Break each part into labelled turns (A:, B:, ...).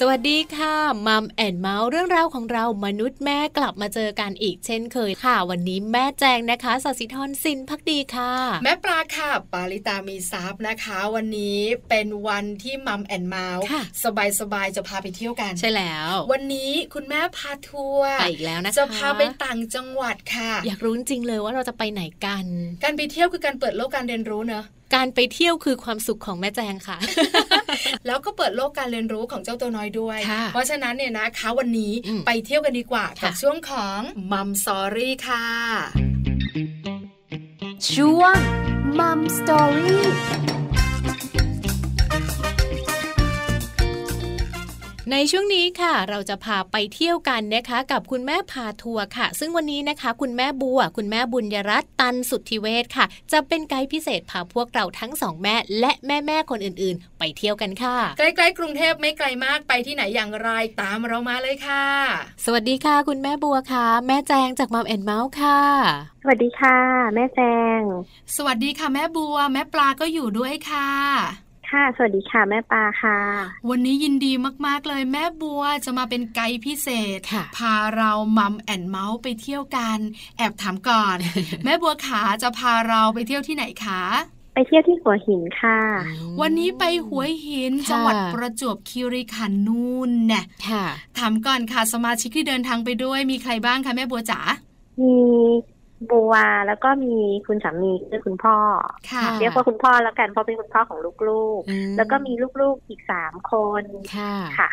A: สวัสดีค่ะมัมแอนเมาส์เรื่องราวของเรามนุษย์แม่กลับมาเจอกันอีกเช่นเคยค่ะ วันนี้แม่แจงนะคะสศิธรสินพักดีค่ะ
B: แม่ปลาค่ะ ปาลิตามีซับนะคะ วันนี้เป็นวันที่มัมแอนเมาส์
A: ค่ะ
B: สบายสบายๆจะพาไปเที่ยวกัน
A: ใช่แล้ว
B: วันนี้คุณแม่พาทัวร์
A: ไปอีกแล้วนะคะ
B: จะพาไปต่างจังหวัดค่ะ
A: อยากรู้จริงๆเลยว่าเราจะไปไหนกัน
B: การไปเที่ยวคือการเปิดโลกการเรียนรู้เนอะ
A: การไปเที่ยวคือความสุขของแม่แจงค่ะ
B: แล้วก็เปิดโลกการเรียนรู้ของเจ้าตัวน้อยด้วย
A: ค่ะ
B: เพราะฉะนั้นเนี่ยนะคะวันนี้
A: อืม
B: ไปเที่ยวกันดีกว่า
A: ค่ะ
B: กับช่วงของมัมสอรี่ค่ะ
C: ช่วงมัมสตอรี่
A: ในช่วงนี้ค่ะ เราจะพาไปเที่ยวกันนะคะ กับคุณแม่พาทัวร์ค่ะ ซึ่งวันนี้นะคะ คุณแม่บัว คุณแม่บุญยรัตน์ตันสุทธิเวชค่ะ จะเป็นไกด์พิเศษพาพวกเราทั้งสองแม่ และแม่แม่ๆคนอื่นๆ ไปเที่ยวกันค่ะ
B: ใกล้ๆกรุงเทพไม่ไกลมากไปที่ไหนอย่างไรตามเรามาเลยค่ะ
A: สวัสดีค่ะ คุณแม่บัวค่ะ แม่แจงจากมัมแอนเมาส์ค่ะ
D: สวัสดีค่ะ แม่แจง
B: สวัสดีค่ะแม่บัว แม่ปลาก็อยู่ด้วยค่ะ
D: ค่ะ สวัสดีค่ะ แม่ปลาค่ะ
B: วันนี้ยินดีมาก ๆ เลยแม่บัวจะมาเป็นไกด์พิเศษ
A: ค่ะ
B: พาเรามัมแอนเมาส์ไปเที่ยวกัน แอบถามก่อน แม่บัวขาจะพาเราไปเที่ยวที่ไหนคะ
D: ไปเที่ยวที่หัวหินค่ะ
B: วันนี้ไปหัวหิน
A: ค่ะ
B: จังหวัดประจวบคีรีขันธ์นู่นแน่
A: ค่ะ
B: ถามก่อนค่ะสมาชิกที่เดินทางไปด้วยมีใครบ้างคะแม่บัวจ๋า
D: มีบัวแล้วก็มีคุณสามีคือคุณพ่อ
B: ค่ะ
A: ค่ะ
D: เรียกว่าคุณพ่อแล้วกันเพราะเป็นคุณพ่อของลูก
A: อื
D: ๆ แล้วก็มีลูกๆอีกสามคน
A: ค่ะ
D: ค่ะ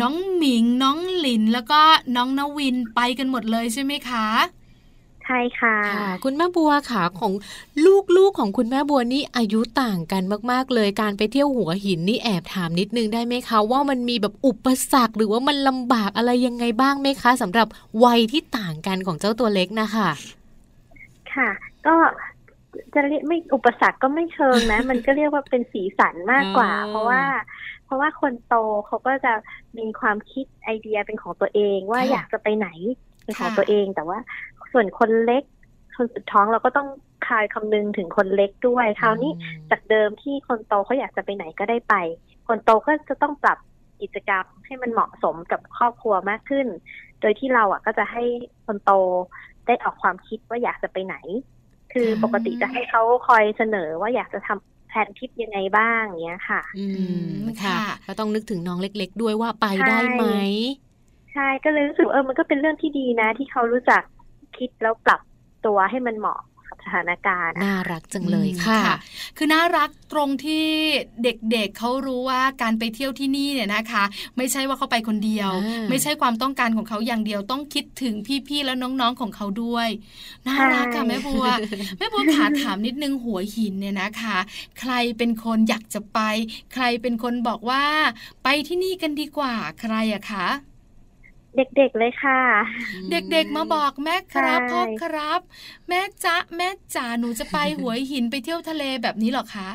B: น้องหมิงน้องหลินแล้วก็น้องนวินไปกันหมดเลยใช่ไหมคะ
D: ใช่ค่ะ
A: ค่ะคุณแม่บัวค่ะของลูกๆของคุณแม่บัวนี่อายุต่างกันมากๆ เลยการไปเที่ยวหัวหินนี่แอบถามนิดนึงได้ไหมคะ ว่ามันมีแบบอุปสรรคหรือว่ามันลำบากอะไรยังไงบ้างไหมคะสำหรับวัยที่ต่างกันของเจ้าตัวเล็กนะคะ
D: ค่ะ ก็จะเรียกไม่อุปสรรคก็ไม่เชิง นะ มันก็เรียกว่าเป็นสีสันมากกว่า เพราะว่า เพราะว่าคนโตเขาก็จะมีความคิดไอเดียเป็นของตัวเอง ว่าอยากจะไปไหนเป็นของ
B: ค่ะ
D: ตัวเอง แต่ว่าส่วนคนเล็ก คนสุดท้องเราก็ต้องคายคำนึงถึงคนเล็กด้วยคราวนี้จากเดิมที่คนโตเขาอยากจะไปไหนก็ได้ไป คนโตก็จะต้องปรับกิจกรรมให้มันเหมาะสมกับครอบครัวมากขึ้น โดยที่เราอ่ะก็จะให้คนโตได้ออกความคิดว่าอยากจะไปไหน คือปกติจะให้เขาคอยเสนอว่าอยากจะทำแผนทริปยังไงบ้างเนี้ยค่ะ
A: อืมค่ะ
B: ค่ะ
A: ก็ต้องนึกถึงน้องเล็ก ๆ ด้วยว่าไปได้ไหม
D: ใช่ ใช่ก็เลยรู้สึกว่าเออมันก็เป็นเรื่องที่ดีนะ ที่เขารู้จักคิดแล้วปรับตัวให้มันเหมาะกับสถานการณ์อะ
A: น่ารักจังเลย
B: อืม
A: ค่ะ
B: คือน่ารักตรงที่เด็กๆเขารู้ว่าการไปเที่ยวที่นี่เนี่ยนะคะ ไม่ใช่ว่าเขาไปคนเดียว
A: อ่า
B: ไม่ใช่ความต้องการของเขาอย่างเดียวต้องคิดถึงพี่ๆแล้วน้องๆของเขาด้วย น่ารักค่ะแม่บัว แม่บัวขาถามนิดนึงหัวหินเนี่ยนะคะ ใครเป็นคนอยากจะไป ใครเป็นคนบอกว่า ไปที่นี่กันดีกว่าใครอะคะ
D: เด็กๆเลยค่ะ
B: เด็กๆ มาบอกแม่ครับ
D: ใช่
B: พ่อครับ แม่จ๊ะแม่จ๋าหนูจะไป หัวหินไปเที่ยวทะเลแบบนี้เหรอคะ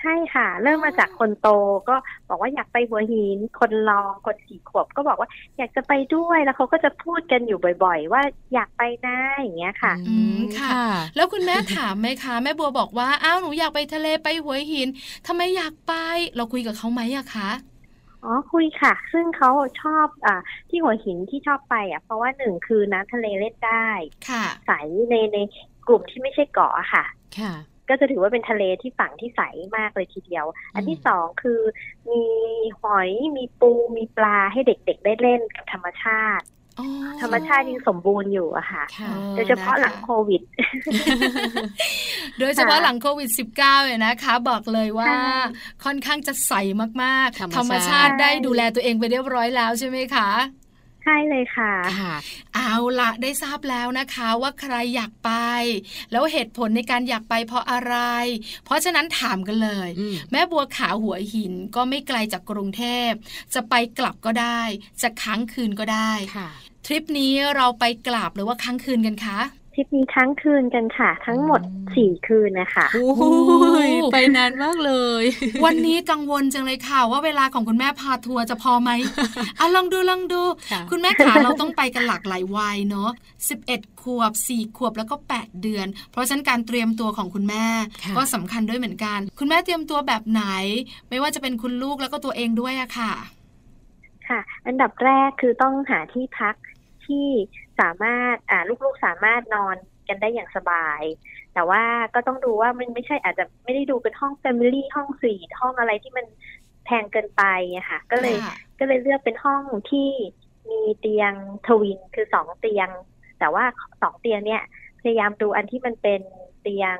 D: ใช่ค่ะ เริ่มมาจากคนโตก็บอกว่าอยากไปหัวหิน คนรองคนสี่ขวบก็บอกว่าอยากจะไปด้วยแล้วเขาก็จะพูดกันอยู่บ่อย ๆ ว่าอยากไปนะอย่างเงี้ยค่ะ
A: อืมค่ะ
B: แล้วคุณแม่ ถามไหมคะ แม่บัวบอกว่าอ้าวหนูอยากไปทะเลไปหัวหินทำไมอยากไป เราคุยกับเขาไหมอะคะ
D: อ๋อคุยค่ะ ซึ่งเขาชอบอ่าที่หัวหินที่ชอบไปอ่ะเพราะว่าหนึ่งคือน้ำทะเลเล่นได้
B: ค่ะ
D: ใสในในกลุ่มที่ไม่ใช่เกาะอะค่ะ
A: ค่ะ
D: ก็จะถือว่าเป็นทะเลที่ฝั่งที่ใสมากเลยทีเดียว อันที่สองคือมีหอย มีปูมีปลาให้เด็กๆได้เล่นกับธรรมชาติ
B: อ๋อ
D: ธรรมชาติยังสมบูรณ์อยู่อะค่ะ
A: ค่ะ
D: โดยเฉพาะหลัง
B: นค
D: โควิด
B: โดยเฉพาะ
D: ค่ะ
B: หลังโควิด -19 เนี่ยนะคะ บอกเลยว่า
D: ใช่
B: ค่อนข้างจะใสมากๆ
A: ธ
B: ธ
A: ร
B: ร
A: ร
B: ร
A: ม
B: ม
A: ชา
B: ชา
A: ติ
B: ติได้ดูแลตัวเองไปเรียบร้อยแล้วใช่ไหมคะ
D: ใช่เลยค่ะ
A: ค่ะ
B: เอาละได้ทราบแล้วนะคะว่าใครอยากไป แล้วเหตุผลในการอยากไปเพราะอะไร เพราะฉะนั้นถามกันเลย
A: อืม
B: แม่บัวขาวหัวหินก็ไม่ไกลจากกรุงเทพ จะไปกลับก็ได้ จะค้างคืนก็ได้
A: ค่ะ
B: ทริปนี้เราไปกลับหรือว่าค้างคืนกันคะ
D: ท ริปนี้ทั้งคืนกันค่ะ ทั้งหมด
A: อืม
D: สี่คืนนะคะ
A: โอ้ยไปนานมากเลย
B: วันนี้กังวลจังเลยค่ะ ว่าเวลาของคุณแม่พาทัวร์จะพอ ไหมอ่ะลองดูลองดู
A: ค่ะ
B: คุณแม่ขาเราต้องไปกันหลากหลายวัยเนาะ11 ขวบ 4 ขวบแล้วก็ 8 เดือน เพราะฉะนั้นการเตรียมตัวของคุณแม่
A: ค่ะ
B: ก็สำคัญด้วยเหมือนกัน คุณแม่เตรียมตัวแบบไหน ไม่ว่าจะเป็นคุณลูกแล้วก็ตัวเองด้วยอะค่ะ
D: ค่ะ อันดับแรกคือต้องหาที่พักที่สามารถอ่าลูกๆสามารถนอนกันได้อย่างสบาย แต่ว่าก็ต้องดูว่ามันไม่ใช่อาจจะไม่ได้ดูเป็นห้องแฟมิลี่ห้องสี่ห้องอะไรที่มันแพงเกินไปอะค่ะ ก็เลย
B: ค่ะ
D: ก็เลยเลือกเป็นห้องที่มีเตียงทวินคือสองเตียง แต่ว่าสองเตียงเนี่ยพยายามดูอันที่มันเป็นเตียง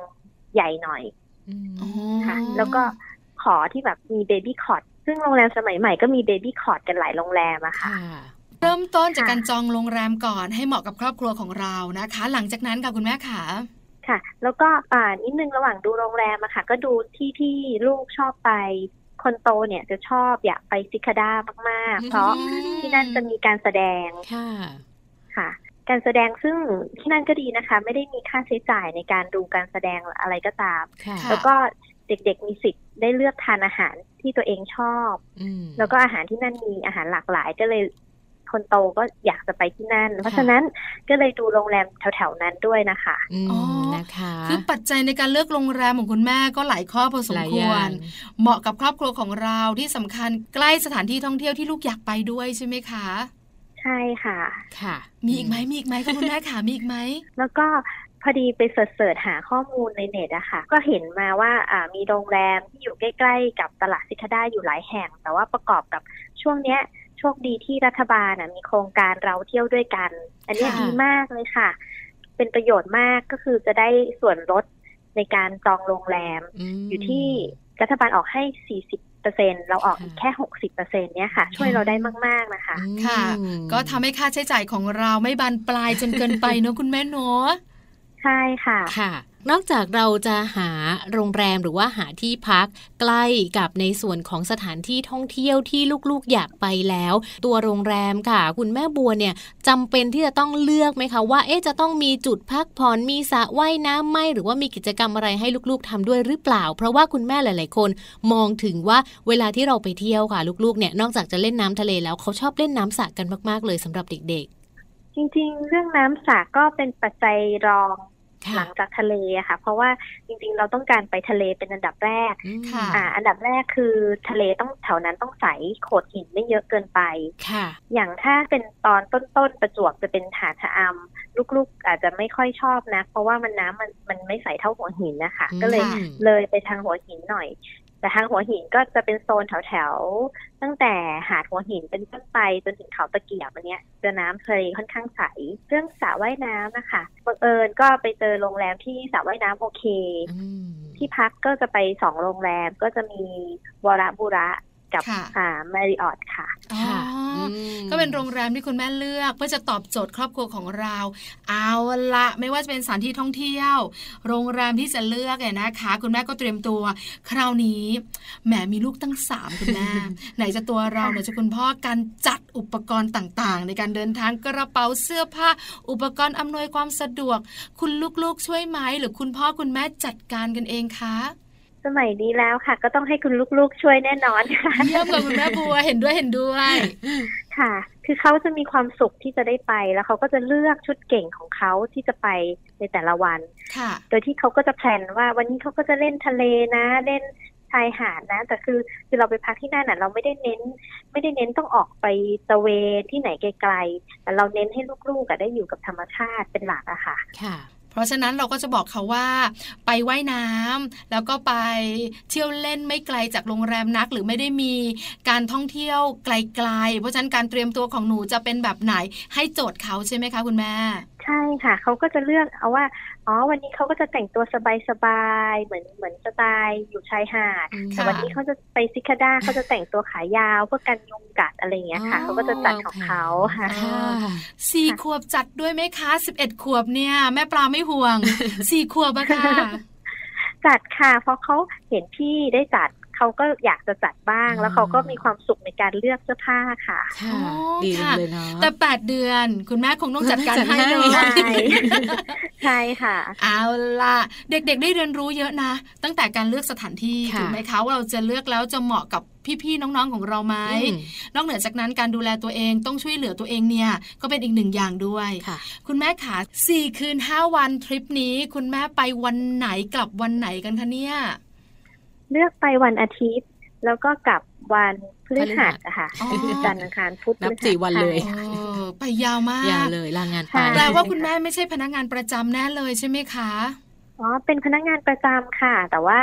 D: ใหญ่หน่อย
A: อืม
B: อ๋อ
D: ค่ะ
B: อ๋อ
D: แล้วก็ขอที่แบบมีเบบี้คอ t ซึ่งโรงแรมสมัยใหม่ก็มีเบบี้คอ t กันหลายโรงแรมอะค่ะ
A: ค่ะ
B: เริ่มต้นจาก
D: ค่ะ
B: การจองโรงแรมก่อนให้เหมาะกับครอบครัวของเรานะคะ หลังจากนั้นค่ะคุณแม่ขา
D: ค่ะ แล้วก็อ่านิดนึงระหว่างดูโรงแรมอะค่ะ ก็ดูที่ที่ลูกชอบไป คนโตเนี่ยจะชอบอยากไปซิคาด้ามากๆ
A: อืม
D: เพราะที่นั่นจะมีการแสดง
A: ค่ะ
D: ค่ะ การแสดงซึ่งที่นั่นก็ดีนะคะ ไม่ได้มีค่าใช้จ่ายในการดูการแสดงอะไรก็ตาม
A: ค่ะ
B: ค่ะ
D: แล้วก็เด็กๆมีสิทธิ์ได้เลือกทานอาหารที่ตัวเองชอบ
A: อืม
D: แล้วก็อาหารที่นั่นมีอาหารหลากหลายก็เลยคนโตก็อยากจะไปที่นั่น เพราะฉะนั้นก็เลยดูโรงแรมแถวๆนั้นด้วยนะคะ
A: อืม
B: อ๋อ
A: นะคะ
B: คือปัจจัยในการเลือกโรงแรมของคุณแม่ก็หลายข้อพอส
A: ห
B: ม
A: ลาย
B: ค
A: อ
B: ว
A: ย่า
B: รง เหมาะกับครอบครัวของเราที่สำคัญใกล้สถานที่ท่องเที่ยวที่ลูกอยากไปด้วยใช่ไหมคะ
D: ใช่ค่ะ
A: ค่ะ
B: มีอีกไหมมีอีกไหมคะคุณแม่ขามีอีกไหม
D: แล้วก็พอดีไปเสิร์ชหาข้อมูลในเน็ตอะค่ะ ก็เห็นมาว่าอ่ามีโรงแรมที่อยู่ใกล้ๆ กับตลาดซิคาด้าอยู่หลายแห่ง แต่ว่าประกอบกับช่วงเนี้ยโชคดีที่รัฐบาลน่ะมีโครงการเราเที่ยวด้วยกัน อันเนี้ย
B: ค่ะ
D: ดีมากเลยค่ะ เป็นประโยชน์มากก็คือจะได้ส่วนลดในการจองโรงแรม
A: ม
D: อยู่ที่รัฐบาลออกให้ 40เปอร์เซ็นเราออก
A: ค่ะ
D: อีกแค่ 60เปอร์เซ็นเนี่ยค่ะ ช่วยเราได้มาก ๆ นะคะ
A: อืม
B: ค่ะ ก็ทำให้ค่าใช้จ่ายของเราไม่บานปลายจนเกินไปเนอะคุณแม่เนอะ
D: ใช่ค่ะ
A: ค่ะ นอกจากเราจะหาโรงแรมหรือว่าหาที่พักใกล้กับในส่วนของสถานที่ท่องเที่ยวที่ลูกๆอยากไปแล้ว ตัวโรงแรมค่ะ คุณแม่บัวเนี่ยจำเป็นที่จะต้องเลือกไหมคะว่าเอ๊ะจะต้องมีจุดพักผ่อนมีสระว่ายน้ำไหมหรือว่ามีกิจกรรมอะไรให้ลูกๆทำด้วยหรือเปล่า เพราะว่าคุณแม่หลาย ๆ คนมองถึงว่าเวลาที่เราไปเที่ยวค่ะ ลูกๆเนี่ยนอกจากจะเล่นน้ำทะเลแล้วเขาชอบเล่นน้ำสระกันมากๆเลยสำหรับเด็ก
D: จริง ๆ เรื่องน้ำสระก็เป็นปัจจัยรอง
A: ๆ ค่ะ
D: หลังจากทะเลอะค่ะ เพราะว่าจริง ๆ เราต้องการไปทะเลเป็นอันดับแรก
A: อืม
B: ค่ะ
D: อ่า อันดับแรกคือทะเลต้องแถวนั้นต้องใสโขดหินไม่เยอะเกินไป
A: ค่ะ
D: อย่างถ้าเป็นตอนต้นๆประจวบจะเป็นหาดชะอำลูกๆอาจจะไม่ค่อยชอบนะ เพราะว่ามันน้ำมันมันไม่ใสเท่าหัวหินนะคะ
A: อืม
D: ก็เลย
A: ค่ะ
D: เลยไปทางหัวหินหน่อย แต่ทางหัวหินก็จะเป็นโซนแถวๆตั้งแต่หาดหัวหินเป็นต้นไปจนถึงเขาตะเกียบอันเนี้ยจะน้ำทะเลค่อนข้างใสเรื่องสระว่ายน้ำนะคะบังเอิญก็ไปเจอโรงแรมที่สระว่ายน้ำโอเค
A: อืม
D: ที่พักก็จะไปสองโรงแรมก็จะมีวราบุระกับ
B: ค่ะ
D: อ่ามาริออทค่ะ
B: อ๋อ
A: ค่ะ
B: อ
A: ม
B: ก็เป็นโรงแรมที่คุณแม่เลือกเพื่อจะตอบโจทย์ครอบครัวของเรา เอาละไม่ว่าจะเป็นสถานที่ท่องเที่ยว โรงแรมที่จะเลือกเนี่ยนะคะ คุณแม่ก็เตรียมตัว คราวนี้แหมมีลูกตั้งสามคุณแม่ ไหนจะตัวเราไหนจะคุณพ่อการจัดอุปกรณ์ต่างๆ ในการเดินทางกระเป๋าเสื้อผ้า อุปกรณ์อำนวยความสะดวก คุณลูกๆช่วยไหมหรือคุณพ่อคุณแม่จัดการกันเองคะ
D: สมัยนี้แล้วค่ะ ก็ต้องให้คุณลูกๆช่วยแน่นอนค่ะ
B: เยี่ยมเลยคุณแม่บัวเห็นด้วยเห็นด้วย
D: ค่ะ คือเขาจะมีความสุขที่จะได้ไป แล้วเขาก็จะเลือกชุดเก่งของเขาที่จะไปในแต่ละวัน
B: ค่ะ
D: โดยที่เขาก็จะแพลนว่าวันนี้เขาก็จะเล่นทะเลนะ เล่นชายหาดนะ แต่คือคือเราไปพักที่นั่นน่ะเราไม่ได้เน้น ไม่ได้เน้นต้องออกไปตระเวนที่ไหนไกลๆแต่เราเน้นให้ลูกๆอะได้อยู่กับธรรมชาติเป็นหลักอะค่ะ
A: ค่ะ
B: เพราะฉะนั้นเราก็จะบอกเขาว่า ไปไว่ายน้ำแล้วก็ไปเที่ยวเล่นไม่ไกลจากโรงแรมนัก หรือไม่ได้มีการท่องเที่ยวไกลๆ เพราะฉะนั้นการเตรียมตัวของหนูจะเป็นแบบไหนให้โจทย์เขาใช่ไหมคะคุณแม่
D: ใช่ค่ะ เขาก็จะเลือกเอาว่า อ๋อ วันนี้เขาก็จะแต่งตัวสบายๆ เหมือนเหมือนสไตล์อยู่ชายหาด
A: อืม
D: แต่
B: ค่ะ
D: วันนี้เขาจะไปซิคาด้า เขาจะแต่งตัวขายาวเพื่อกันยุงกัดอะไรอย่างเงี้ยค่ะ
A: อ๋อ
D: เขาก็จะจัดของเขาค่ะ
A: ค่ะ
B: สี่ขวบจัดด้วยไหมคะสิบเอ็ดขวบเนี่ย แม่ปลาไม่ห่วง สี่ขวบอะค่ะ
D: จัดค่ะ เพราะเขาเห็นพี่ได้จัด เขา เขาก็อยากจะจัดบ้าง
A: อ่า
D: แล้วเขาก็มีความสุขในการเลือกเสื้อผ้าค่ะ
A: ค่ะ
B: อ๋อ
A: ดี
B: ค่ะ
A: เลยเนาะ
B: แต่ 8 เดือนคุณแม่คงต้องจัดการให้เล
A: ใช่
B: ย
D: ใช่ค่ะ
B: เอาล่ะ เด็กๆได้เรียนรู้เยอะนะ ตั้งแต่การเลือกสถานที่
A: ค่ะ
B: ถูกไหมคะว่าเราจะเลือกแล้วจะเหมาะกับพี่ๆน้องๆของเราไหม
A: อืม
B: นอกเหนือจากนั้นการดูแลตัวเองต้องช่วยเหลือตัวเองเนี่ย ก็เป็นอีกหนึ่งอย่างด้วย
A: ค่ะ
B: คุณแม่ขา4คืน 5 วันทริปนี้ คุณแม่ไปวันไหนกลับวันไหนกันคะเนี่ย
D: เลือกไปวันอาทิตย์ แล้วก็กลับวันพฤหัสอะค่ะ
B: อ๋อ
D: จันทร์อังคารพุธ
A: นั
D: พฤ
A: บ
D: หัส
A: สี่วันเลย
D: ค่ะ
B: เออไปยาวมาย
A: าว
B: ก
A: เลยลางานไป
D: ค่ะ
B: แปลว่าคุณแม่ไม่ใช่พนักงานประจำแน่เลยใช่ไหมคะ
D: อ๋อเป็นพนักงานประจำค่ะ แต่ว่า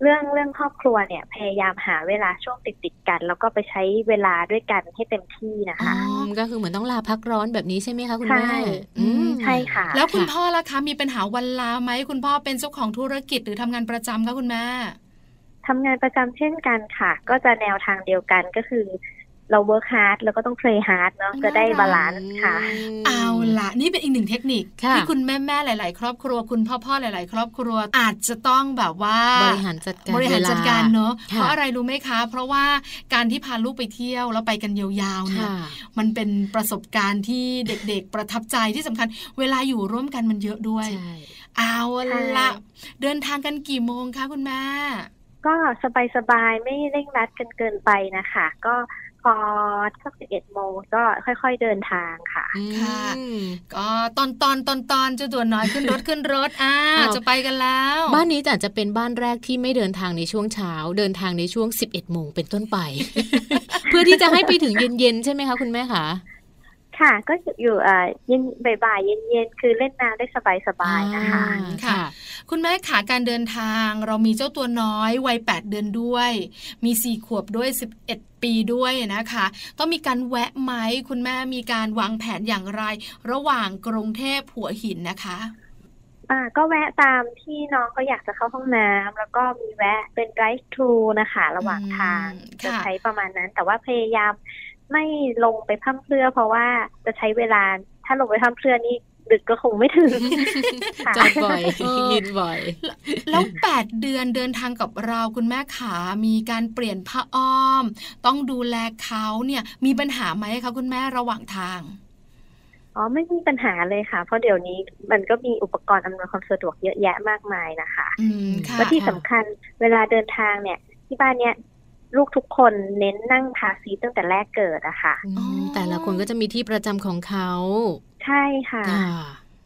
D: เรื่องเรื่องครอบครัวเนี่ย พยายามหาเวลาช่วงติดติดๆกัน แล้วก็ไปใช้เวลาด้วยกันให้เต็มที่นะ
A: อื
D: คะ
A: มก็คือเหมือนต้องลาพักร้อนแบบนี้ใช่ไหมคะคุณแม่
D: ใช่
A: อืม
D: ใช่ค่ะ
B: แล้วคุณ
A: ค่ะ
B: พ่อล่ะคะมีปัญหาวันลาไหมคุณพ่อเป็นเจ้าของธุรกิจหรือทำงานประจำคะคุณแม่
D: ทำงานประจำเช่นกันค่ะ ก็จะแนวทางเดียวกันก็คือ เรา work hard แล้วก็ต้อง play hard เนาะ
B: น่ารัก
D: จะได้บาลานซ์ค่ะ
A: ม
B: เอาล่ะ นี่เป็นอีกหนึ่งเทคนิค
A: ค่ะ
B: ที่คุณแม่แม่ๆหลาย ๆ ครอบครัว คุณพ่อพ่อๆหลาย ๆ ครอบครัว อาจจะต้องแบบว่า
A: บริหารจัดการ
B: บริหาร
A: วล
B: จัดการเนอะ
A: ค่ะ
B: เพราะอะไรรู้ไหมคะ เพราะว่าการที่พาลูกไปเที่ยวแล้วไปกันยาวๆเนี่ย
A: ค่ะ
B: มันเป็นประสบการณ์ที่เด็ก ๆ ประทับใจที่สำคัญ เวลาอยู่ร่วมกันมันเยอะด้วย
A: ใช่
B: เอาละ
D: ใช่
B: เดินทางกันกี่โมงคะคุณแม่
D: ก็สบายๆ ไม่เร่งรัดกันเกินไปนะคะ ก็พอสักสิบเอ็ดโมงก็ค่อยๆเดินทางค่ะ
B: ค่ะ ก็ตอนตอนตอนตอนจะด่วนน้อยขึ้นรถขึ้นรถอ่า
A: อ้าว
B: จะไปกันแล้ว
A: บ้านนี้อาจจะเป็นบ้านแรกที่ไม่เดินทางในช่วงเช้า เดินทางในช่วง 11โมงเป็นต้นไป เพื่อที่จะให้ไปถึงเย็นๆใช่ไหมคะคุณแม่คะ
D: ค่ะ ก็อยู่เอ่อเย็นบ่ายๆเย็นๆ คือเล่นน้ำได้สบายๆนะคะ
A: อ่าค่ะ
B: คุณแม่ขาการเดินทาง เรามีเจ้าตัวน้อยวัย 8 เดือนด้วย มี 4 ขวบด้วย 11 ปีด้วยนะคะ ต้องมีการแวะไหมคุณแม่มีการวางแผนอย่างไร ระหว่างกรุงเทพหัวหินนะคะ
D: อ่าก็แวะตามที่น้องเขาอยากจะเข้าห้องน้ำแล้วก็มีแวะเป็น drive t h r u นะคะ ระหว่างทาง
B: อืม
D: จะ
B: ค่ะ
D: ใช้ประมาณนั้น แต่ว่าพยายามไม่ลงไปพร่ำเพรื่อ เพราะว่าจะใช้เวลาถ้าลงไปพร่ำเพรื่อนี่ดึกก็คงไม่ถึง ค่ะ
A: จอดบ่อย
B: เออ
A: ยินบ่อย
B: แล้ว 8 เดือนเดินทางกับเราคุณแม่ขามีการเปลี่ยนผ้าอ้อม ต้องดูแลเขาเนี่ยมีปัญหาไหมคะคุณแม่ระหว่างทาง
D: อ๋อไม่มีปัญหาเลยค่ะ เพราะเดี๋ยวนี้มันก็มีอุปกรณ์อำนวยความสะดวกเยอะแยะมากมายนะคะ
B: อืมค่ะ
D: และที่สำคัญเวลาเดินทางเนี่ย ที่บ้านเนี้ยลูกทุกคนเน้นนั่งคาร์ซีทตั้งแต่แรกเกิดอะค่ะ
B: อ๋อ
A: แต่ละคนก็จะมีที่ประจำของเขา
D: ใช่ค่ะ
A: ค่ะ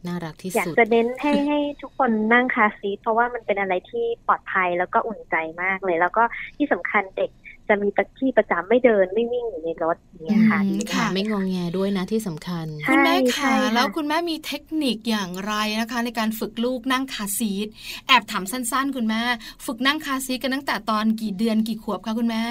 A: น่ารักที่
D: อยาก
A: สุด
D: จะเน้นให้ให้ทุกคนนั่งคาร์ซีทเพราะว่ามันเป็นอะไรที่ปลอดภัยแล้วก็อุ่นใจมากเลย แล้วก็ที่สำคัญเด็กจะมีที่ประจำไม่เดินไม่วิ่งอยู่ในรถอย่างเงี้ยค่ะ
B: อืม
D: ดี
B: ค่ะ
D: มาก
A: ไม่งองแงด้วยนะที่สำคัญ
D: ใช่
B: คุณแม่
D: ใช่
B: ค่ะ
D: ค่ะ
B: แล้วคุณแม่มีเทคนิคอย่างไรนะคะ ในการฝึกลูกนั่งคาร์ซีทแอบถามสั้นๆ คุณแม่ ฝึกนั่งคาร์ซีทกันตั้งแต่ตอนกี่เดือนกี่ขวบคะคุณแม่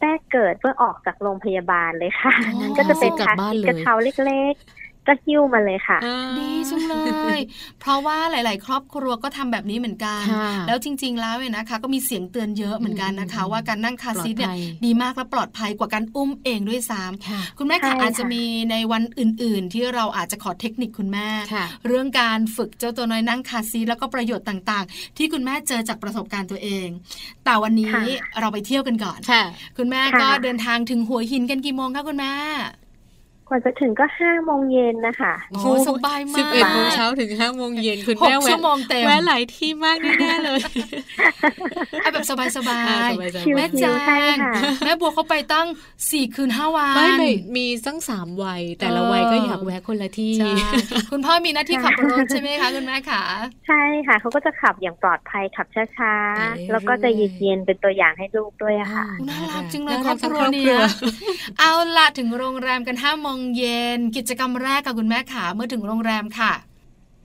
D: แรกเกิดเพื่อออกจากโรงพยาบาลเลยค่ะ
B: อ๋อ
D: ก็จะเป็นคาร์ซีทก
A: นั่งคาร์ซีทกลับบ้านเลย
D: ระเช้าเล็กๆ ก็หิ้วมาเลยค่ะ
A: อ่า
B: ดีจังเลย เพราะว่าหลาย ๆ ครอบครัวก็ทำแบบนี้เหมือนกัน
A: ค่ะ
B: แล้วจริง ๆ แล้วเนี่ยนะคะ ก็มีเสียงเตือนเยอะเหมือนกันนะคะ
A: อืม
B: ว่าการนั่งคาร์ซีทเนี่ย
A: ปลอดภั
B: ดีมากและปลอดภัยกว่าการอุ้มเองด้วยซ้
A: ค่ะ
B: ำคุณแม่ค่ะ
D: ใช่ค่ะ
B: อาจจะมีในวันอื่น ๆ ที่เราอาจจะขอเทคนิคคุณแม่
A: ค่ะ
B: เรื่องการฝึกเจ้าตัวน้อยนั่งคาร์ซีทแล้วก็ประโยชน์ต่างๆ ที่คุณแม่เจอจากประสบการณ์ตัวเอง แต่วันนี้
D: ค่ะ
B: เราไปเที่ยวกันก่อน
A: ค่ะ
B: คุณแม่
D: ค่ะ
B: ก็เดินทางถึงหัวหินกันกี่โมงคะคุณแม่
D: กว่าจะถึงก็ห้าโมงเย็นนะคะ
A: โอ้
B: โอ้สบายมา
A: สิบ
B: ก
A: เอ็ดโมงเช้าถึงห้าโมงเย็นคุณ
B: ห
A: แม่
B: ก
A: แวะ
B: ชั่วโมงเต็ม
A: แวะหลายที่มากแน่ๆเลย
B: เอาแบบสบายสบา
A: อ่าย สบายๆ
D: ชิว
B: แม่จา
D: ใช่
B: น
D: ค่ะ
B: แม่บัวเขาไปตั้งสี่คืนห้าวัน
A: ไม่ไม่มีตั้งสามวัย แต่ละวัยก็
B: เออ
A: อ
B: อ
A: ยากแวะคนละที่
B: ใช่คุณพ่อมีหน้าที่ขับรถใช่ไหมคะคุณแม่ขา
D: ใช่ค่ะ เขาก็จะขับอย่างปลอดภัยขับช้า
A: ไปเรื่อย
D: ๆ แล้วก็ใจะเย็นๆเป็นตัวอย่างให้ลูกด้วยอะค่ะ
B: น่ารักจังเลย
A: น่า
B: ครอบค
A: ทั้
B: รัวเนี่ย เอาละถึงโรงแรมกันห้าโมงเย็นกิจกรรมแรกกับคุณแม่ขาเมื่อถึงโรงแรมค่ะ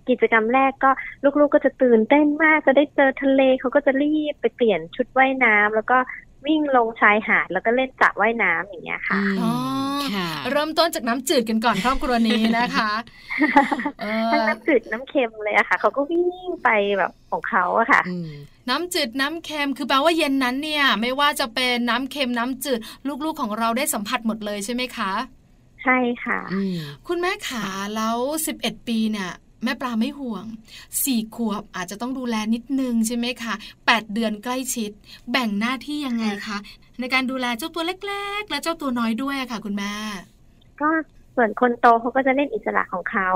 D: กิจกรรมแรกก็ลูกๆก็จะตื่นเต้นมากจะได้เจอทะเลเขาก็จะรีบไปเปลี่ยนชุดว่ายน้ำแล้วก็วิ่งลงชายหาดแล้วก็เล่นสระว่ายน้ำอย่างเงี้ยค่ะ
A: อืม
B: อ๋อ
A: ค่ะ
B: เริ่มต้นจากน้ำจืดกันก่อนครอบครัวนี้นะคะ เอ
D: ทั้ง
B: อ
D: น้ำจืดน้ำเค็มเลยอะค่ะเขาก็วิ่งไปแบบของเขาอะค่ะ
A: อืม
B: น้ำจืดน้ำเค็มคือแปลว่าเย็นนั้นเนี่ย ไม่ว่าจะเป็นน้ำเค็มน้ำจืด ลูกๆของเราได้สัมผัสหมดเลยใช่ไหมคะ
D: ใช่ค่ะ
A: อืม
B: คุณแม่ขาแล้ว 11 ปีเนี่ย แม่ปลาไม่ห่วงสี่ขวบอาจจะต้องดูแลนิดนึงใช่ไหมคะแปดเดือนใกล้ชิด แบ่งหน้าที่ยังไงคะในการดูแลเจ้าตัวเล็ก ๆ และเจ้าตัวน้อยด้วยอะค่ะ คุณแม่
D: ก็ส่วนคนโตเขาก็จะเล่นอิสระของเขา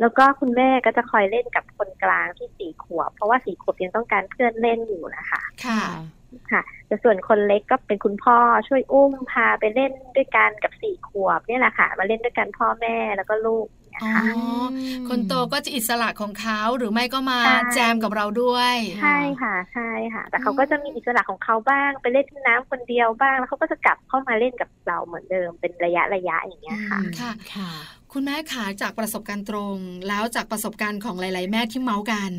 D: แล้วก็คุณแม่ก็จะคอยเล่นกับคนกลางที่สี่ขวบ เพราะว่าสี่ขวบยังต้องการเพื่อนเล่นอยู่นะคะ
B: ค่ะ
D: แต่ส่วนคนเล็กก็เป็นคุณพ่อช่วยอุ้มพาไปเล่นด้วยกันกับสี่ขวบเนี่ยแหละค่ะ มาเล่นด้วยกันพ่อแม่แล้วก็ลูก
B: อ๋อ คนโตก็จะอิสระของเขาหรือไม่ก็มา
D: ใช่
B: แจมกับเราด้วย
D: ใช่ค่ะใช่ค่ะ แต่เขาก็จะมีอิสระของเขาบ้างไปเล่นน้ำคนเดียวบ้าง แล้วเขาก็จะกลับเข้ามาเล่นกับเราเหมือนเดิมเป็นระยะระยะอย่างเงี้ยค่ะ
B: อืม ค่ะ
A: ค่ะ
B: คุณแม่ขาจากประสบการณ์ตรง แล้วจากประสบการณ์ของหลาย ๆ แม่ที่เมาส์กัน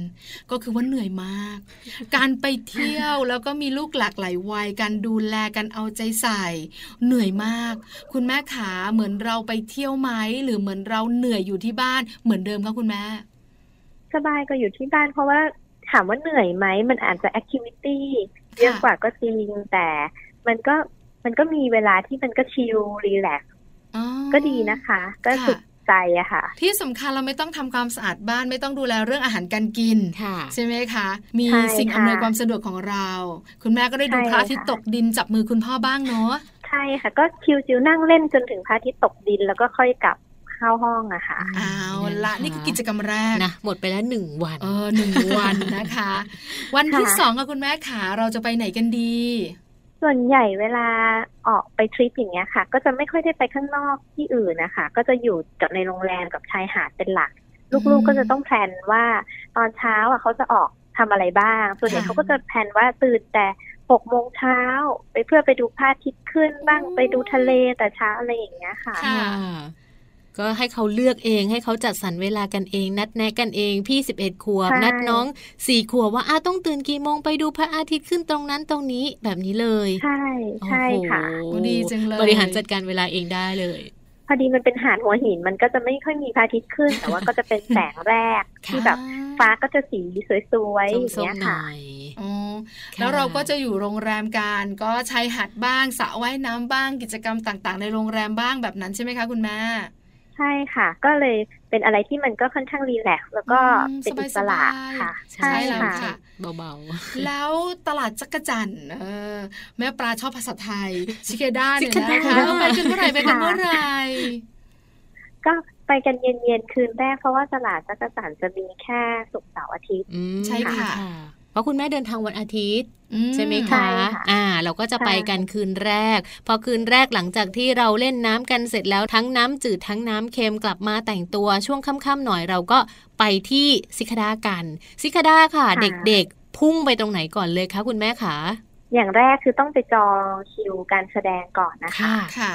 B: ก็คือว่าเหนื่อยมาก การไปเที่ยวแล้วก็มีลูกหลากหลายวัยการดูแลกันเอาใจใส่ เหนื่อยมาก คุณแม่ขาเหมือนเราไปเที่ยวไหมหรือเหมือนเราเหนื่อยอยู่ที่บ้านเหมือนเดิมคะคุณแม่
D: สบายก็อยู่ที่บ้านเพราะว่าถามว่าเหนื่อยไหมมันอาจจะแอคทิวิตี้เยอะกว่าก็จริง แต่มันก็มันก็มีเวลาที่มันก็ชิลรีแลกซ์
B: อ๋อ
D: ก็ดีนะคะ ก็
B: ค่ะ
D: สุขใจอะค่ะ
B: ที่สำคัญเราไม่ต้องทำความสะอาดบ้านไม่ต้องดูแลเรื่องอาหารการกิน
A: ค่ะ
B: ใช่ไหมคะ มี
D: ใช่
B: สิ่ง
D: ค่ะ
B: อำนวยความสะดวกของเรา คุณแม่ก็ได้ดู
D: ใช่
B: พระอาทิตย์
D: ค่ะ
B: ตกดินจับมือคุณพ่อบ้างเนาะ
D: ใช่ค่ะ ก็ชิลๆนั่งเล่นจนถึงพระอาทิตย์ตกดินแล้วก็ค่อยกลับเข้าห้องอะค่ะ
B: เอาละ
A: นะคะ
B: นี่คือกิจกรรมแรก
A: นะหมดไปแล้วหนึ่งวัน
B: เออหนึ่งวันนะคะ วันที่
D: ค่ะ
B: สองกับคุณแม่ขาเราจะไปไหนกันดี
D: ส่วนใหญ่เวลาออกไปทริปอย่างเงี้ยค่ะ ก็จะไม่ค่อยได้ไปข้างนอกที่อื่นนะคะ ก็จะอยู่กับในโรงแรมกับชายหาดเป็นหลัก ลูก
B: อื
D: ๆ
B: ม
D: ก็จะต้องแพลนว่าตอนเช้าอ่ะเขาจะออกทำอะไรบ้าง ส่วนใหญ่
B: ค่ะ
D: เขาก็จะแพลนว่าตื่นแต่หกโมงเช้าไปเพื่อไปดูพระอาทิตย์ขึ้นบ้าง
B: อืม
D: ไปดูทะเลแต่เช้าอะไรอย่างเงี้ยค่ะ
B: ค่ะ
A: ก็ให้เขาเลือกเองให้เขาจัดสรรเวลากันเอง นัดแนะกันเองพี่ 11ขวบ
D: ใช่
A: นัดน้องสี่ขวบว่าอาต้องตื่นกี่โมงไปดูพระอาทิตย์ขึ้นตรงนั้นตรงนี้แบบนี้เลย
D: ใช่ใช่ค่ะ
A: โอ้โห
B: ดีจังเลย
A: บริหารจัดการเวลาเองได้เลย
D: พอดีมันเป็นหาดหัวหินมันก็จะไม่ค่อยมีพระอาทิตย์ขึ้น แต่ว่าก็จะเป็นแสงแรกที่แบบฟ้าก็จะสีสวยๆอย่าง
A: ส้ม
D: เงี้ย
A: ๆหน่
D: ค่ะ
A: อย
B: อ๋อ
A: ค่ะ
B: แล้วเราก็จะอยู่โรงแรมกันก็ชายหาดบ้างสระว่ายน้ำบ้างกิจกรรมต่างๆ ในโรงแรมบ้างแบบนั้นใช่ไหมคะคุณแม่
D: ใช่ค่ะ ก็เลยเป็นอะไรที่มันก็ค่อนข้างรีแลกซ์แล้วก็
B: อืม
D: เป็นอิสระ
B: สบายๆ
D: ค่ะ
B: ใช่แล้วค่ะ
A: เบา
B: แล้วตลาดจักรจันทร์เออแม่ปลาชอบภาษาไทย ชิเกด้าเนี่ย
A: ชิเก
B: นะ
A: ด้า
B: คะเอาไปกันเมื่อไหร่ไปกันเมื่อไหร่
D: ก็ไปกันเย็นๆคืนแรกเพราะว่าตลาดจักรจันทร์จะมีแค่ศุกร์เสาร์อาทิตย์
A: ๆอืม
B: ใช่ค่ะ
A: เพราะคุณแม่เดินทางวันอาทิตย์
B: อื
A: ใช่ไหม
D: ใช่
A: คะ
D: ค่ะ
A: อ่า เราก็จะ
D: ใช่
A: ไปกันคืนแรก พอคืนแรกหลังจากที่เราเล่นน้ำกันเสร็จแล้วทั้งน้ำจืดทั้งน้ำเค็มกลับมาแต่งตัวช่วงค่ำๆหน่อยเราก็ไปที่ซิคาดากัน ซิคาดาค่ะ
D: ค่ะ
A: เด็กๆ พุ่งไปตรงไหนก่อนเลยคะคุณแม่คะ
D: อย่างแรกคือต้องไปจองคิวการแสดงก่อนนะคะ
B: ค่ะ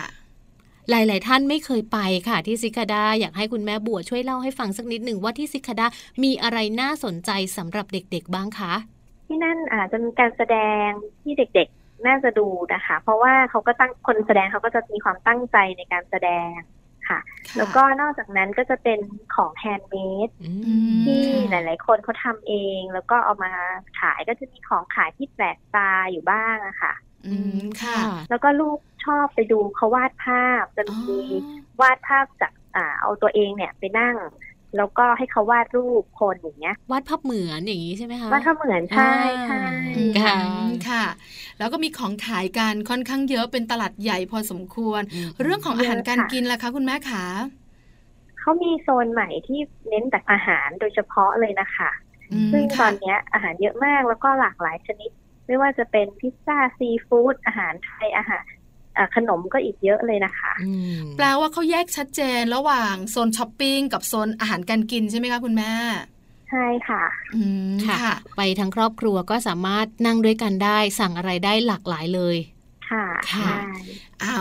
A: หลายๆ ท่านไม่เคยไปค่ะ ที่ซิคาดาอยากให้คุณแม่บัวช่วยเล่าให้ฟังสักนิดหนึ่งว่าที่ซิคาดามีอะไรน่าสนใจสำหรับเด็กๆบ้างคะ
D: ที่นั่นอาจจะมีการแสดงที่เด็กๆ น่าจะดูนะคะ เพราะว่าเขาก็ตั้งคนแสดงเขาก็จะมีความตั้งใจในการแสดงค่ะ แล้วก็นอกจากนั้นก็จะเป็นของแฮนด์เมด
A: อื
B: ม
D: ที่
A: ค่ะ
D: หลาย ๆ คนเขาทำเองแล้วก็เอามาขายก็จะมีของขายที่แปลกตาอยู่บ้างอะค่ะ
B: อืมค่ะ
D: แล้วก็ลูกชอบไปดูเขาวาดภาพจะ
B: อ๋อ
D: มีวาดภาพจากอ่าเอาตัวเองเนี่ยไปนั่ง แล้วก็ให้เขาวาดรูปคนอย่างเงี้ยว
A: าดภาพเหมือนอย่างนี้ใช่ไหมคะ
D: วาดภาพเหมือนใช่
A: อ่า
D: ใช่
A: ค่ะ
B: อืมค่ะ แล้วก็มีของขายกันค่อนข้างเยอะเป็นตลาดใหญ่พอสมควร
A: ม
B: เรื่องของอาหารการกินล่ะคะ คุณแม่ขา
D: เขามีโซนใหม่ที่เน้นแต่อาหารโดยเฉพาะเลยนะคะ
A: อืม
D: ซึ่งต
B: ค่ะ
D: อนเนี้ยอาหารเยอะมากแล้วก็หลากหลายชนิด ไม่ว่าจะเป็นพิซซ่าซีฟู้ดอาหารไทยอาหารอ่าขนมก็อีกเยอะเลยนะคะ
A: อืม
B: แปลว่าเขาแยกชัดเจนระหว่างโซนช้อปปิ้งกับโซนอาหารการกินใช่ไหมคะคุณแม่
D: ใช่ค่ะ
B: อืม
A: ค่ะ
B: ค่ะ
A: ไปทั้งครอบครัวก็สามารถนั่งด้วยกันได้ สั่งอะไรได้หลากหลายเลย
D: ค่ะ
A: ค่ะ
D: ใช่
B: เอา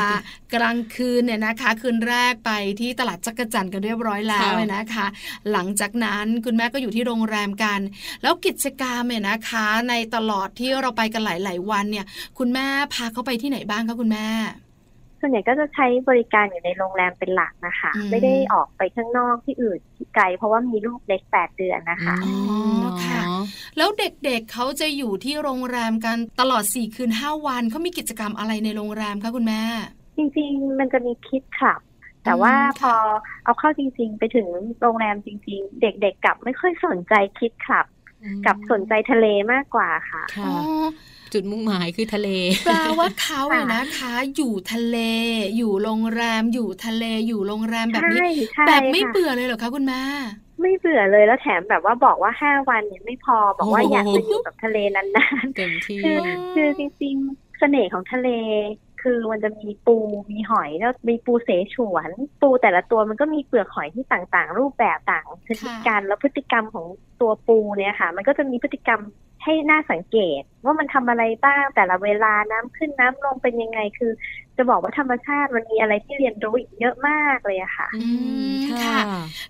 B: ละ กลางคืนเนี่ยนะคะ คืนแรกไปที่ตลาดจักรจันทร์กันเรียบร้อยแล้ว
A: ค่ะ
B: เนี่ยนะคะ หลังจากนั้นคุณแม่ก็อยู่ที่โรงแรมกัน แล้วกิจกรรมเนี่ยนะคะ ในตลอดที่เราไปกันหลาย ๆ วันเนี่ย คุณแม่พาเขาไปที่ไหนบ้างคะคุณแม่
D: ส่วนใหญ่ก็จะใช้บริการอยู่ในโรงแรมเป็นหลักนะคะ
B: อืม
D: ไม่ได้ออกไปข้างนอกที่อื่นที่ไกล เพราะว่ามีลูกเล็กแปดเดือนนะคะ
A: อืม
B: อ๋อค่ะ
A: เนอ
B: แล้วเด็กๆเขาจะอยู่ที่โรงแรมกันตลอด 4 คืน 5 วันเขามีกิจกรรมอะไรในโรงแรมคะคุณแม่
D: จริงๆ มันจะมีคิดคลับ
A: ะ
D: แต่ว่า
B: อืม
D: พอเอาเข้าจริง ๆ ไปถึงโรงแรมจริง ๆ เด็กๆกลับไม่ค่อยสนใจคิดคลับ
A: อืม
D: กลับสนใจทะเลมากกว่าค่ะ
A: ค่ะ
B: อ๋อ
A: จุดมุ่งหมายคือทะเล
B: แปลว่าเขาเนี่ยนะคะ อยู่ทะเล อยู่โรงแรม อยู่ทะเล อยู่โรงแรมแบบนี้
D: ใช่ใช่
B: แบบไม่
D: ค่ะ
B: เบื่อเลยเหรอคะคุณแม่
D: ไม่เบื่อเลยแล้วแถมแบบว่าบอกว่าห้าวันเนี่ยไม่พอบอกว่า
A: โอ้โห
D: อยากจะอยู่กับทะเลนาน
A: เต็มที่
D: ๆคือคือจริงๆเสน่ห์ของทะเล คือมันจะมีปูมีหอยแล้วมีปูเสฉวน ปูแต่ละตัวมันก็มีเปลือกหอยที่ต่างๆ รูปแบบต่างชนิดกันแล้วพฤติกรรมของตัวปูเนี่ยค่ะ มันก็จะมีพฤติกรรมให้น่าสังเกต ว่ามันทำอะไรบ้างแต่ละเวลาน้ำขึ้นน้ำลงเป็นยังไงคือ จะบอกว่าธรรมชาติมันมีอะไรที่เรียนรู้อีกเยอะมากเลยอะค่ะ
A: อืม
B: อืมค่ะ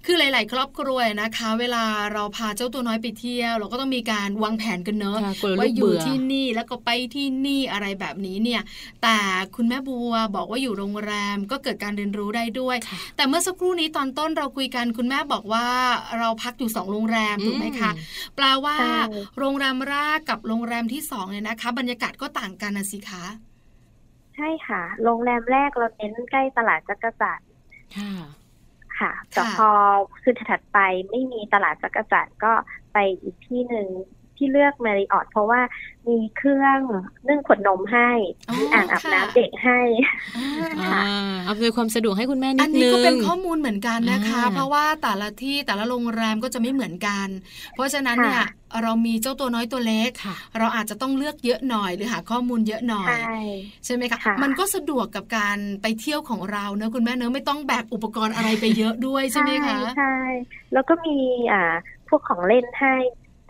B: คือหลาย ๆ ครอบครัวนะคะ เวลาเราพาเจ้าตัวน้อยไปเที่ยว เราก็ต้องมีการวางแผนกันเนอะ
A: ค่ะกลัวลู
B: ว่าก อยู่
A: เบื่อ
B: ที่นี่แล้วก็ไปที่นี่อะไรแบบนี้เนี่ย แต่คุณแม่บัวบอกว่าอยู่โรงแรมก็เกิดการเรียนรู้ได้ด้วย
A: ค่ะ
B: แต่เมื่อสักครู่นี้ตอนต้นเราคุยกันคุณแม่บอกว่าเราพักอยู่สองโรงแรมถูกไหมคะ แปลว่า
D: ใช่
B: โรงแรมแรกกับโรงแรมที่สองเนี่ยนะคะ บรรยากาศก็ต่างกันนะสิคะ
D: ใช่ค่ะ โรงแรมแรกเราเน้นใกล้ตลาดจักรจันทร์
A: ค่ะ
D: ค่ะแต่
B: ค่ะ
D: พอคืนถัดไปไม่มีตลาดจักรจันทร์ก็ไปอีกที่หนึ่งที่เลือกมาริออทเพราะว่ามีเครื่องนึ่งขวดนมให้
B: อ๋อ
D: มีอ่างอาบ
B: ค่ะ
D: น้ำเด็กให้
B: อ่า
A: อ่า
B: ค่ะ
A: อำนวยความสะดวกให้คุณแม่นิ
B: อัน
A: ด
B: นี้
A: นึง
B: ก็เป็นข้อมูลเหมือนกันนะคะ
A: อ่า
B: เพราะว่าแต่ละที่แต่ละโรงแรมก็จะไม่เหมือนกัน เพราะฉะนั้นเนี่ย
D: ค่ะ
B: เรามีเจ้าตัวน้อยตัวเล็ก
A: ค่ะ
B: เราอาจจะต้องเลือกเยอะหน่อยหรือหาข้อมูลเยอะหน่อย
D: ใช่
B: ใช่ไหมคะ
D: ค่ะ
B: มันก็สะดวกกับการไปเที่ยวของเราเนอะคุณแม่เนอะไม่ต้องแบกอุปกรณ์อะไรไปเยอะด้วยใช่ไหมคะ
D: ใช่แล้วก็มีอ่าพวกของเล่นให้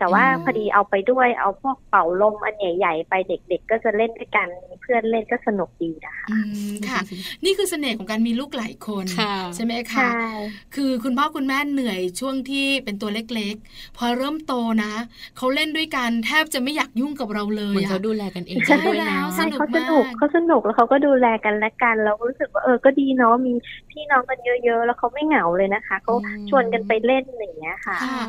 D: แต่ว่า
A: อืม
D: พอดีเอาไปด้วยเอาพวกเป่าลมอันใหญ่ๆไปเด็ก ๆ ก็จะเล่นด้วยกันมีเพื่อนเล่นก็สนุกดีนะคะ
B: อืมค่ะ นี่คือเสน่ห์ของการมีลูกหลายคน
A: ค่ะ
B: ใช่ไหมคะ
D: ใช่
B: คือคุณพ่อคุณแม่เหนื่อยช่วงที่เป็นตัวเล็กๆ พอเริ่มโตนะเขาเล่นด้วยกันแทบจะไม่อยากยุ่งกับเราเล
A: เหมื
B: ย
A: อน
B: อะ
A: เขาดูแลกันเอง
B: ใช่
A: ด้วย
B: แล้
A: นะ
B: ว
D: ใช่
B: สนุก
D: เขาสนุก
B: มาก
D: เขาสนุกแล้วเขาก็ดูแลกันและกันแล้วรู้สึกว่าเออก็ดีเนาะมีพี่น้องกันเยอะ ๆ แล้วเขาไม่เหงาเลยนะคะเขา
A: อืม
D: ชวนกันไปเล่นอย่างเงี้ยค่ะ
B: ค่ะ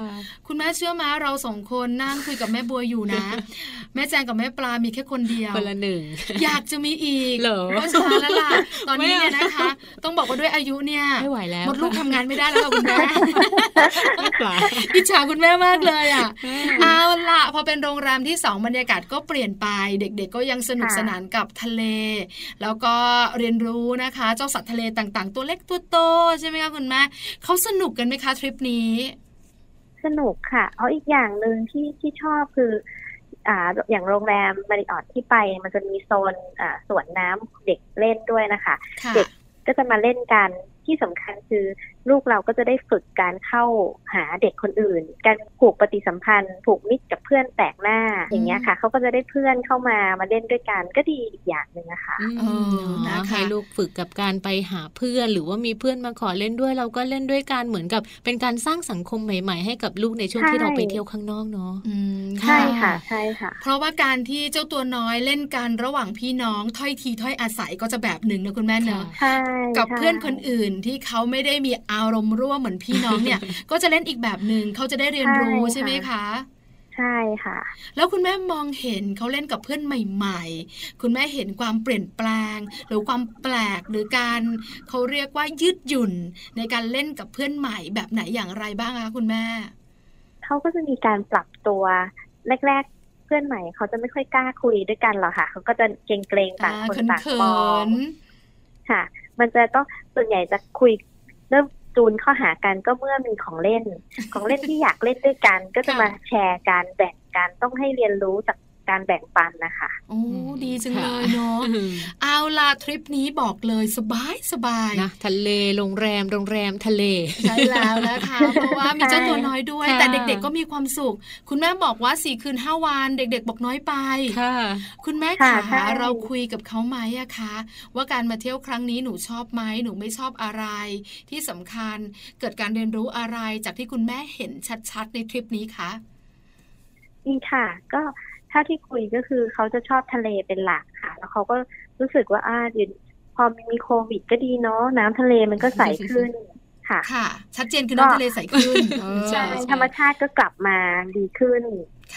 B: คุณแม่เชื่อมาเราสองคนนั่งคุยกับแม่บัวอยู่นะ แม่แจงกับแม่ปลามีแค่คนเดียว
A: คนละ หนึ่ง
B: อยากจะมีอีก
A: เหรอ
B: เพราะฉะนั้นแล้วล่ะตอนนี้
A: ไม่
B: เนี่ย
A: เอา
B: นะคะ ต้องบอกว่าด้วยอายุเนี่ย
A: ไม่ไหวแล้ว
B: หมดลูกทำงานไม่ได้แล้วค่ะคุณ แม่
A: ปลา
B: อิจฉาคุณแม่มากเลย อ่ะ เอาล่ะพอเป็นโรงแรมที่สองบรรยากาศก็เปลี่ยนไป เด็กๆ ก็ยังสนุก
D: ค่ะ
B: สนานกับทะเล แล้วก็เรียนรู้นะคะ เจ้าสัตว์ทะเลต่างๆ ตัวเล็กตัวโตใช่ไหมคะคุณแม่เขาสนุกกันไหมคะทริปนี้
D: สนุกค่ะเอาอีกอย่างหนึ่งที่ที่ชอบคือ อ่าอย่างโรงแรมมาริออทที่ไป มันจะมีโซนอ่าสวนน้ำเด็กเล่นด้วยนะคะ
B: ค่ะ
D: เด็ก ก็จะมาเล่นกันที่สำคัญคือลูกเราก็จะได้ฝึกการเข้าหาเด็กคนอื่น การผูกปฏิสัมพันธ์ผูกมิตรกับเพื่อนแปลกหน้าอย่างเงี้ยค่ะเขาก็จะได้เพื่อนเข้ามามาเล่นด้วยกันก็ดีอีกอย่างหนึ่งนะคะ
A: ม
B: เออนะคะ
A: ให้ลูกฝึกกับการไปหาเพื่อน หรือว่ามีเพื่อนมาขอเล่นด้วย เราก็เล่นด้วยกันเหมือนกับเป็นการสร้างสังคมใหม่ ๆ ให้กับลูกในช่วง
D: ใช่
A: ที่เราไปเที่ยวข้างนอกเนาะ
B: อืม
A: ค่ะ
D: ใช่ค่ะใช่ค่ะ
B: เพราะว่าการที่เจ้าตัวน้อยเล่นกันระหว่างพี่น้องถ้อยทีถ้อยอาศัยก็จะแบบหนึ่งนะคุณแม่เนอะ
D: ใช่
B: กับ
D: ใช่
B: เพื่อนคนอื่นที่เขาไม่ได้มีอารมณ์ร่วมเหมือนพี่น้องเนี่ย ก็จะเล่นอีกแบบหนึ่งเขาจะได้เรียนรู้
D: ใช่ค่ะ
B: ใช่ไหมคะ
D: ใช่ค่ะ
B: แล้วคุณแม่มองเห็นเขาเล่นกับเพื่อนใหม่ๆ คุณแม่เห็นความเปลี่ยนแปลง หรือความแปลกหรือการเขาเรียกว่ายืดหยุ่น ในการเล่นกับเพื่อนใหม่แบบไหนอย่างไรบ้างคะคุณแม่
D: เขาก็จะมีการปรับตัวแรก ๆ เพื่อนใหม่เขาจะไม่ค่อยกล้าคุยด้วยกันหรอกค่ะเขาก็จะเกรงๆต่างคนต่างมอง ค่ะ มันจะต้องส่วนใหญ่จะคุยเริ่มจูนข้อหากันก็เมื่อมีของเล่น ของเล่นที่อยากเล่นด้วยกัน ก็จะ
B: ค่ะ
D: มาแชร์การแบ่งกันต้องให้เรียนรู้จากการแบ่งปันนะคะ
B: โอ้
A: อืม
B: ดีจัง
A: ค่ะ
B: เลยเนาะเอาล่ะทริปนี้บอกเลยสบายสบายๆ
A: นะทะเลโรงแรมโรงแรมทะเล
B: ใช่แล้วนะคะ เพราะว่ามีเจ้าตัวน้อยด้วย
A: ค่ะ
B: แต่เด็กๆ ก็มีความสุข คุณแม่บอกว่าสี่คืนห้าวันเด็ก ๆ บอกน้อยไป
A: ค่ะ
B: คุณแม่
D: ค่ะใช่
B: ขาเราคุยกับเขาไหมอะคะ ว่าการมาเที่ยวครั้งนี้หนูชอบไหมหนูไม่ชอบอะไร ที่สำคัญเกิดการเรียนรู้อะไรจากที่คุณแม่เห็นชัดๆ ในทริปนี้คะ
D: นี่ค่ะ ก็ถ้าที่คุยก็คือเขาจะชอบทะเลเป็นหลักค่ะ แล้วเขาก็รู้สึกว่าอ่าเดี๋ยวพอมีโควิดก็ดีเนาะน้ำทะเลมันก็ใสขึ้น ค่ะ
B: ค่ะ ชัดเจนคือน้อง
D: ก็
B: ทะเลใสขึ้นเออ
A: ใช่
D: ธรรมชาติก็กลับมาดีขึ้น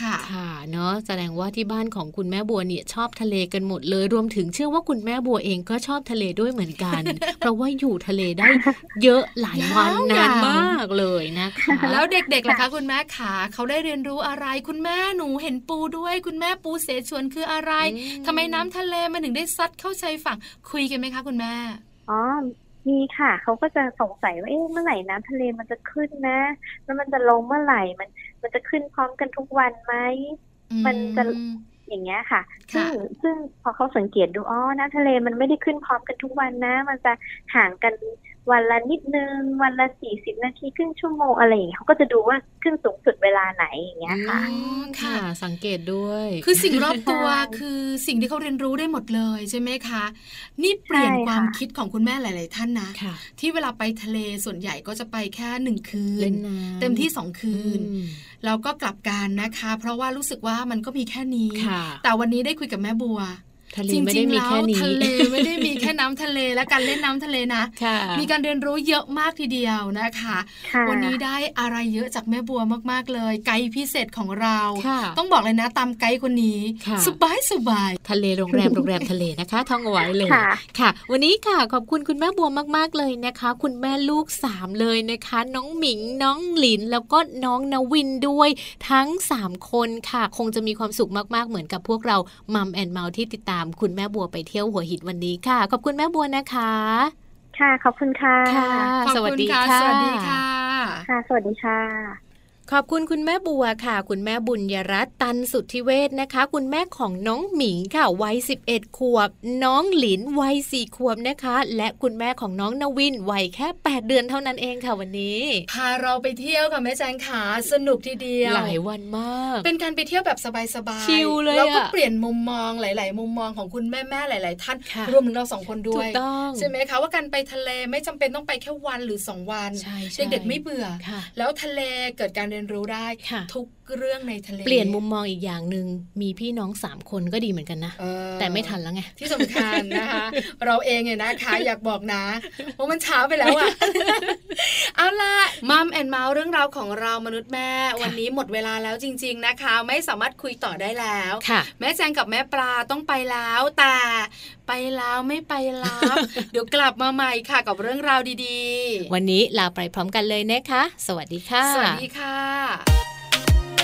B: ค่ะ
A: ค่ะเนาะแสดงว่าที่บ้านของคุณแม่บัวเนี่ยชอบทะเลกันหมดเลย รวมถึงเชื่อว่าคุณแม่บัวเองก็ชอบทะเลด้วยเหมือนกัน เพราะว่าอยู่ทะเลได้เยอะหลายวัน
B: ยา
A: า
B: น
A: น
B: วๆ
A: มากเลยนะคะ
B: แล้วเด็กๆล่ะคะคุณแม่ขาเขาได้เรียนรู้อะไร คุณแม่หนูเห็นปูด้วย คุณแม่ปูเสฉวนคืออะไร
A: อื
B: ทำไมน้ำทะเลมันถึงได้ซัดเข้าชายฝั่งคุยกันไหมคะคุณแม่
D: อ๋อ มีค่ะ เขาก็จะสงสัยว่า เอ๊ะ เมื่อไหร่น้ำทะเลมันจะขึ้นนะ แล้วมันจะลงเมื่อไหร่ มัน มันจะขึ้นพร้อมกันทุกวันไหม มันจะ
B: อืม
D: อย่างเงี้ยค่ะซึ่
B: ค่ะ
D: ง ซึ่งพอเขาสังเกตดู อ๋อ น้ำทะเลมันไม่ได้ขึ้นพร้อมกันทุกวันนะ มันจะห่างกันวันละนิดนึง วันละสี่สิบนาทีครึ่งชั่วโมงอะไรอย่างเงี้ยเขาก็จะดูว่าขึ้นสูงสุดเวลาไหนอย่างเงี้ยค่ะ
A: อืมค่ะ สังเกตด้วย
B: คือสิ่งรอบตัว
D: ใช่
B: คือสิ่งที่เขาเรียนรู้ได้หมดเลยใช่ไหมคะ นี่เปลี่ยน
D: ใช่ค่ะ
B: ความคิดของคุณแม่หลาย ๆ ท่านนะ
A: ค่ะ
B: ที่เวลาไปทะเลส่วนใหญ่ก็จะไปแค่หนึ่งคื
A: เล่
B: น
A: นน้ำ
B: เต็มที่สองคืน
A: อืม
B: แล้วก็กลับกันนะคะ เพราะว่ารู้สึกว่ามันก็มีแค่นี้
A: ค่ะ
B: แต่วันนี้ได้คุยกับแม่บัว
A: ทะเล
B: จริง
A: ไม่
B: ๆ
A: ได้มี
B: แล้ว
A: แค่นี้
B: ทะเลไม่ได้มีแค่น้ำทะเลและการเล่นน้ำทะเลนะ
A: ค่ะ
B: มีการเรียนรู้เยอะมากทีเดียวนะคะ
D: ค่ะ
B: วันนี้ได้อะไรเยอะจากแม่บัวมากๆเลย ไกด์พิเศษของเรา
A: ค่ะ
B: ต้องบอกเลยนะตามไกด์คนนี้
A: ค่ะ
B: สบายสบาย
A: ทะเลโรงแรมโรงแรมทะเลนะคะท่องเอาไว้เลย
D: ค่ะ
A: ค่ะ วันนี้ค่ะขอบคุณคุณแม่บัวมาก ๆ เลยนะคะ คุณแม่ลูกสามเลยนะคะ น้องหมิง น้องหลิน แล้วก็น้องนวินด้วย ทั้ง 3 คนค่ะ คงจะมีความสุขมาก ๆ เหมือนกับพวกเรามัมแอนเมาที่ติดตามคุณแม่บัวไปเที่ยวหัวหินวันนี้ค่ะ ขอบคุณแม่บัวนะคะ
D: ค่ะ ขอบคุณค่ะ
A: ค่ะ
B: ขอบ
A: สวัส
B: คุณ
A: ดี
B: ค่ะ
A: ค่ะ
B: สวัสดีค่ะ
D: ค่ะ สวัสดีค่ะ
A: ขอบคุณคุณแม่บัวค่ะ คุณแม่บุญยรัตน์ตันสุทธิเวศนะคะ คุณแม่ของน้องหมิงค่ะวัย 11 ขวบ น้องหลินวัย 4 ขวบนะคะ และคุณแม่ของน้องนวินวัยแค่ 8 เดือนเท่านั้นเองค่ะวันนี้
B: พาเราไปเที่ยวค่ะแม่แจงขาสนุกทีเดียว
A: หลายวันมาก
B: เป็นการไปเที่ยวแบบสบายๆ
A: ชิลเลยอะ
B: เราก็เปลี่ยนมุมมองหลาย ๆ มุมมองของคุณแม่ๆหลาย ๆ ท่าน
A: ค่ะ
B: รวมถึงเราสองคน
A: ถู
B: ด้ว
A: ก
B: ย
A: ต้อง
B: ใช่ไหมคะว่าการไปทะเลไม่จำเป็นต้องไปแค่วันหรือสองวัน
A: ใช่ใช่
B: เด็กๆไม่เบื่อ
A: ค่ะ
B: แล้วทะเลเกิดการเรียนรู้ได้
A: ค่ะ
B: ทุกเรื่องในทะเล
A: เปลี่ยนมุมมองอีกอย่างหนึ่งมีพี่น้อง 3 คนก็ดีเหมือนกันนะ
B: เออ
A: แต่ไม่ทันแล้วไง
B: ที่สำคัญนะคะ เราเองเนี่ยนะคะ อยากบอกนะว่ามันช้าไป แล้วอะ เอาล่ะมัมแอนเมาส์เรื่องราวของเรามนุษย์แม่ วันนี้หมดเวลาแล้วจริง ๆนะคะ ไม่สามารถคุยต่อได้แล้ว
A: ค่ะ
B: แม่แจงกับแม่ปลาต้องไปแล้วแต่ไปแล้วไม่ไปรับ เดี๋ยวกลับมาใหม่ค่ะกับเรื่องราวดีๆ
A: วันนี้ลาไปพร้อมกันเลยนะคะ สวัสดีค่ะ
B: สวัสดีค่ะ